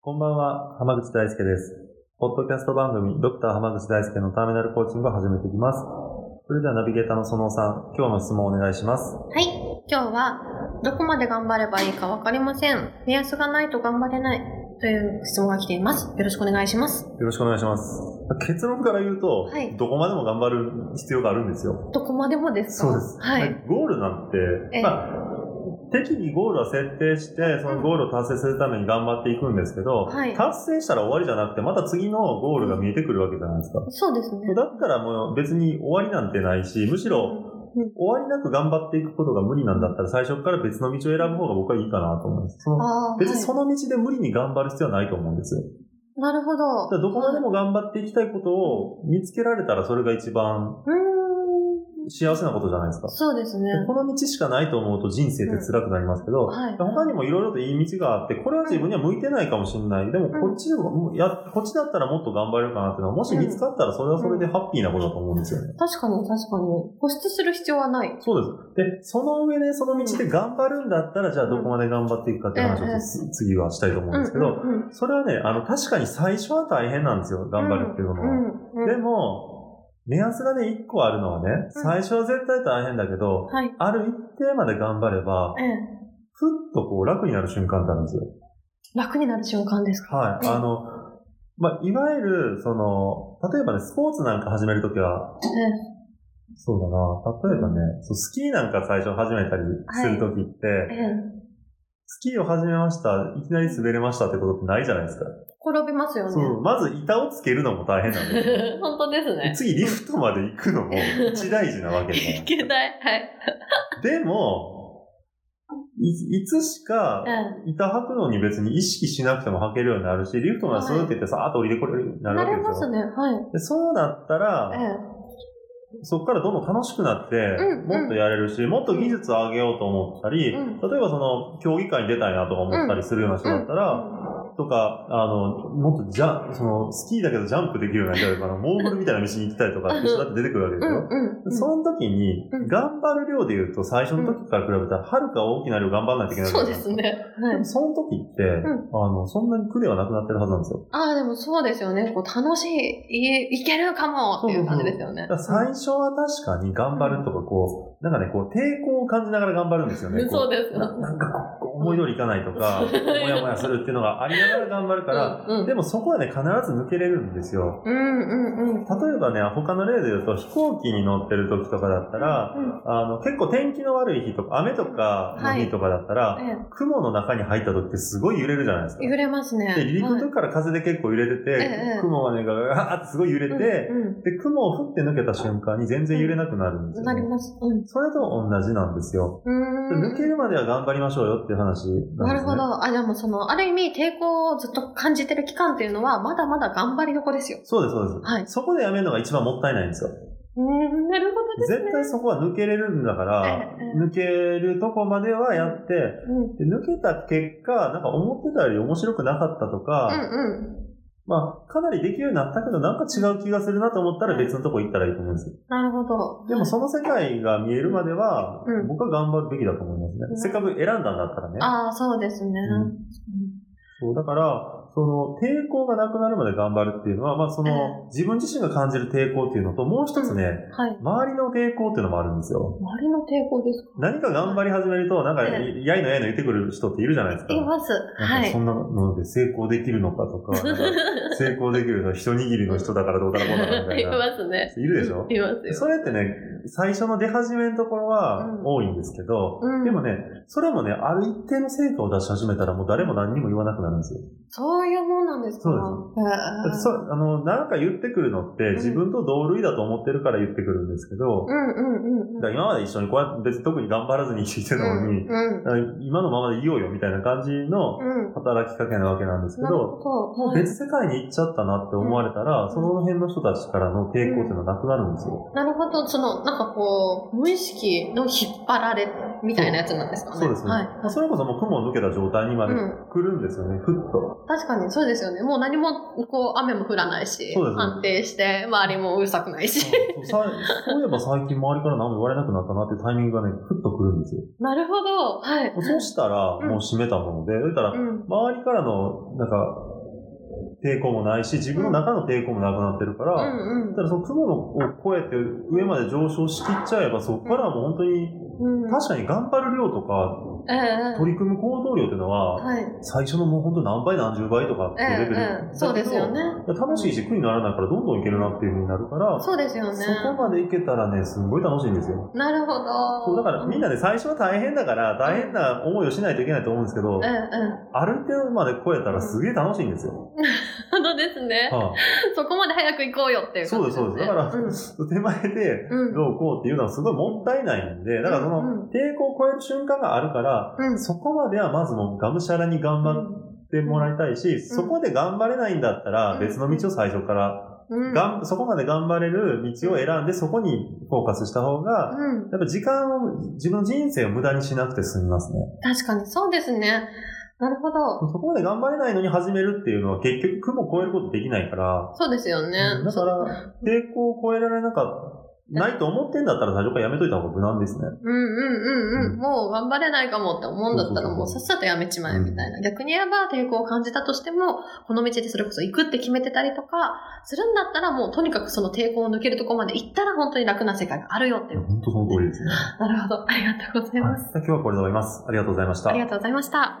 こんばんは、浜口大輔です。ポッドキャスト番組、ドクター浜口大輔のターミナルコーチングを始めていきます。それではナビゲーターのそのおさん、今日の質問をお願いします。はい、今日はどこまで頑張ればいいかわかりません。目安がないと頑張れないという質問が来ています。よろしくお願いします。よろしくお願いします。結論から言うと、はいどこまでも頑張る必要があるんですよ。どこまでもですか。ははいい。ゴールなんえて、えまあ、適宜ゴールは設定して、そのゴールを達成するために頑張っていくんですけど、はい達成したら終わりじゃなくて、また次のゴールが見えてくるわけじゃないですか。そうですね。だったらもう別に終わりなんてないし、むしろ、終わりなく頑張っていくことが無理なんだったら最初から別の道を選ぶ方が僕はいいかなと思うんです。そのああ、別にはいその道で無理に頑張る必要はないと思うんですよ。なるほだからど。どこまでも頑張っていきたいことを見つけられたらそれが一番うーん。幸せなことじゃないですか。そうですね。でこの道しかないと思うと人生って辛くなりますけど、はい。他にもいろいろといい道があって、これは自分には向いてないかもしれない。でもこっちでも、いや、こっちだったらもっと頑張れるかなっていうのは、もし見つかったらそれはそれでハッピーなことだと思うんですよね。確かに確かに。固執する必要はない。そうです。で、その上で、その道で頑張るんだったら、じゃあどこまで頑張っていくかっていう話うんをええちょっと次はしたいと思うんですけど、うんうんそれはね、あの、確かに最初は大変なんですよ、頑張るっていうのうは。んうんでも、目安がね、一個あるのはね、うん最初は絶対大変だけど、はい。ある一定まで頑張れば、ええ。ふっとこう楽になる瞬間ってあるんですよ。楽になる瞬間ですか。はい。うんあの、まあ、いわゆる、その、例えばね、スポーツなんか始めるときは、えそうだな。例えばね、そうスキーなんか最初始めたりするときって、えええスキーを始めました、いきなり滑れましたってことってないじゃないですか。転びますよねそ。う、まず板をつけるのも大変なんで 本当です ね。次リフトまで行くのも一大事なわけじゃないいけない。はい。でも、いいつしかええ板履くのに別に意識しなくても履けるようになるし、リフトまでそうやって言ってさーっと降りてこれるようになるなわけれでますすよ。ね。はい。でそうなったら、ええ。そこからどんどん楽しくなって、うんうんもっとやれるし、もっと技術を上げようと思ったり、うん例えばその、競技会に出たいなとか思ったりするような人だったら、とか、あの、もっとジャン、その、スキーだけどジャンプできるようになりたいとか、モーグルみたいな道に行きたいとかって人だって出てくるわけですよ。うんうん。その時にう、ん頑張る量で言うと、最初の時から比べたら、はるか大きな量頑張らないといけないわそけうじでゃないすね。ではもい。その時って、うあの、そんなに苦ではなくなってるはずなんですよ。ああ、でもそうですよね。こう楽しい、いいけるかもっていう感じですよねだか。ら最初は確かに頑張るとか、こう、なんかね、こう、抵抗を感じながら頑張るんですよね。こそうです。ななんかこう思い通りいかないとか、もやもやするっていうのがありながら頑張るから、うんうんでもそこはね、必ず抜けれるんですよ。うんうんうん。例えばね、他の例で言うと、飛行機に乗ってる時とかだったら、うんあの、結構天気の悪い日とか、雨とかの日とかだったら、え雲の中に入った時ってすごい揺れるじゃないですかえ、。揺れますね。で、離陸の時から風で結構揺れてて、ええ雲がね、ガガガーってすごい揺れて、はいうんで、雲を降って抜けた瞬間に全然揺れなくなるんでうすよ、ん。なりね。ます。うん。それと同じなんですよ。でうーん。抜けるまでは頑張りましょうよっていう話なんです、ね。なるほど。あ、でもその、ある意味抵抗をずっと感じてる期間っていうのは、まだまだ頑張りどこですよ。そうです、そうです。はいそこでやめるのが一番もったいないんですよ。うーん、なるほどですね。絶対そこは抜けれるんだから、ええ抜けるとこまではやって、うん。で抜けた結果、なんか思ってたより面白くなかったとうか、んうん。まあ、かなりできるようになったけど、なんか違う気がするなと思ったら別のとこ行ったらいいと思うんですよ。なるほど。でもその世界が見えるまでは、うん僕は頑張るべきだと思いますね。うんせっかく選んだんだったらね。ああ、そうですね。うんそうだから、その抵抗がなくなるまで頑張るっていうのは、まあその、自分自身が感じる抵抗っていうのと、もう一つね、はい。周りの抵抗っていうのもあるんですよ。周りの抵抗ですか何か頑張り始めると、なんか、えやいのやいの言ってくる人っているじゃないですか。います。なんはかいそ。んなので成功できるのかとか、なんか 成功できるのは一握りの人だからどうだろうだみたいいな。ますね。いるでしょいますよ。それってね、最初の出始めのところはうん多いんですけど、うんでもね、それもね、ある一定の成果を出し始めたらもう誰も何にも言わなくなるんですよ。そうそういうもんなんですかそうへーそう、あの、なんか言ってくるのって、自分と同類だと思ってるから言ってくるんですけど、うんうんうんうん。だから今まで一緒にこうやって別に特に頑張らずに生きてたのに、うんだから今のままでいようよみたいな感じのうん。うん。働きかけなわけなんですけなるど、ほど。はい別世界に行っちゃったなって思われたら、んその辺の人たちからの抵抗っていうのはなくなるんですよ。なるほど。その、なんかこう、無意識の引っ張られみたいなやつなんですかね。そうですね。はい。まあそれこそもう雲を抜けた状態にまでうん来るんですよね、ふっと。 確かにそうですよね。もう何も、こう、雨も降らないし、そうですね安定して、周りもうるさくないし。さそういえば最近周りから何も言われなくなったなっていうタイミングがね、ふっと来るんですよ。なるほど。はい。そうしたら、うんもう閉めたもので、だからう、ん。周りからの、なんか、抵抗もないし、自分の中の抵抗もなくなってるかうら、んだからその雲を越えて上まで上昇しきっちゃえば、そこからはもう本当に、うん。うん。確かに頑張る量とか、ええ取り組む行動量っていうのは、はい。最初のもう本当何倍何十倍とかってえいうレベルえええそうですよね。。だけど楽しいし、苦にならないからどんどんいけるなっていう風になるから、そうですよね。そこまでいけたらね、すんごい楽しいんですよ。なるほど。そうだからみんなね、最初は大変だから、大変な思いをしないといけないと思うんですけど、うんうん。ある程度まで超えたらすげえ楽しいんですよ。本当ですね。はいそこまで早く行こうよっていうそ感うじで、ですす、そうね。です。だから、手うん前でうんどうこうっていうのはすごいもったいないんで、だからそのうんうん抵抗を超える瞬間があるから、うんそこまではまずもうがむしゃらに頑張ってもらいたいし、そこで頑張れないんだったらうん別の道を最初から、うんがんそこまで頑張れる道を選んでそこにフォーカスした方が、うん、やっぱ時間を、自分の人生を無駄にしなくて済みますね。確かにそうですね。なるほど。そこまで頑張れないのに始めるっていうのは結局雲を越えることできないから、そうですよね。うんだから、抵抗を超えられなかった、ないと思ってんだったら最初からやめといた方が無難ですね。うんうんうんううんん。もう頑張れないかもって思うんだったそうら、そうそうもうさっさとやめちまえみたいな。逆に言えば抵抗を感じたとしても、この道でそれこそ行くって決めてたりとか、するんだったらもうとにかくその抵抗を抜けるとこまで行ったら本当に楽な世界があるよっていう。本当その通りですね。はなるほど。ありがとうございいます。今日はこれで終わります。ありがとうございましたあり。がとうございました。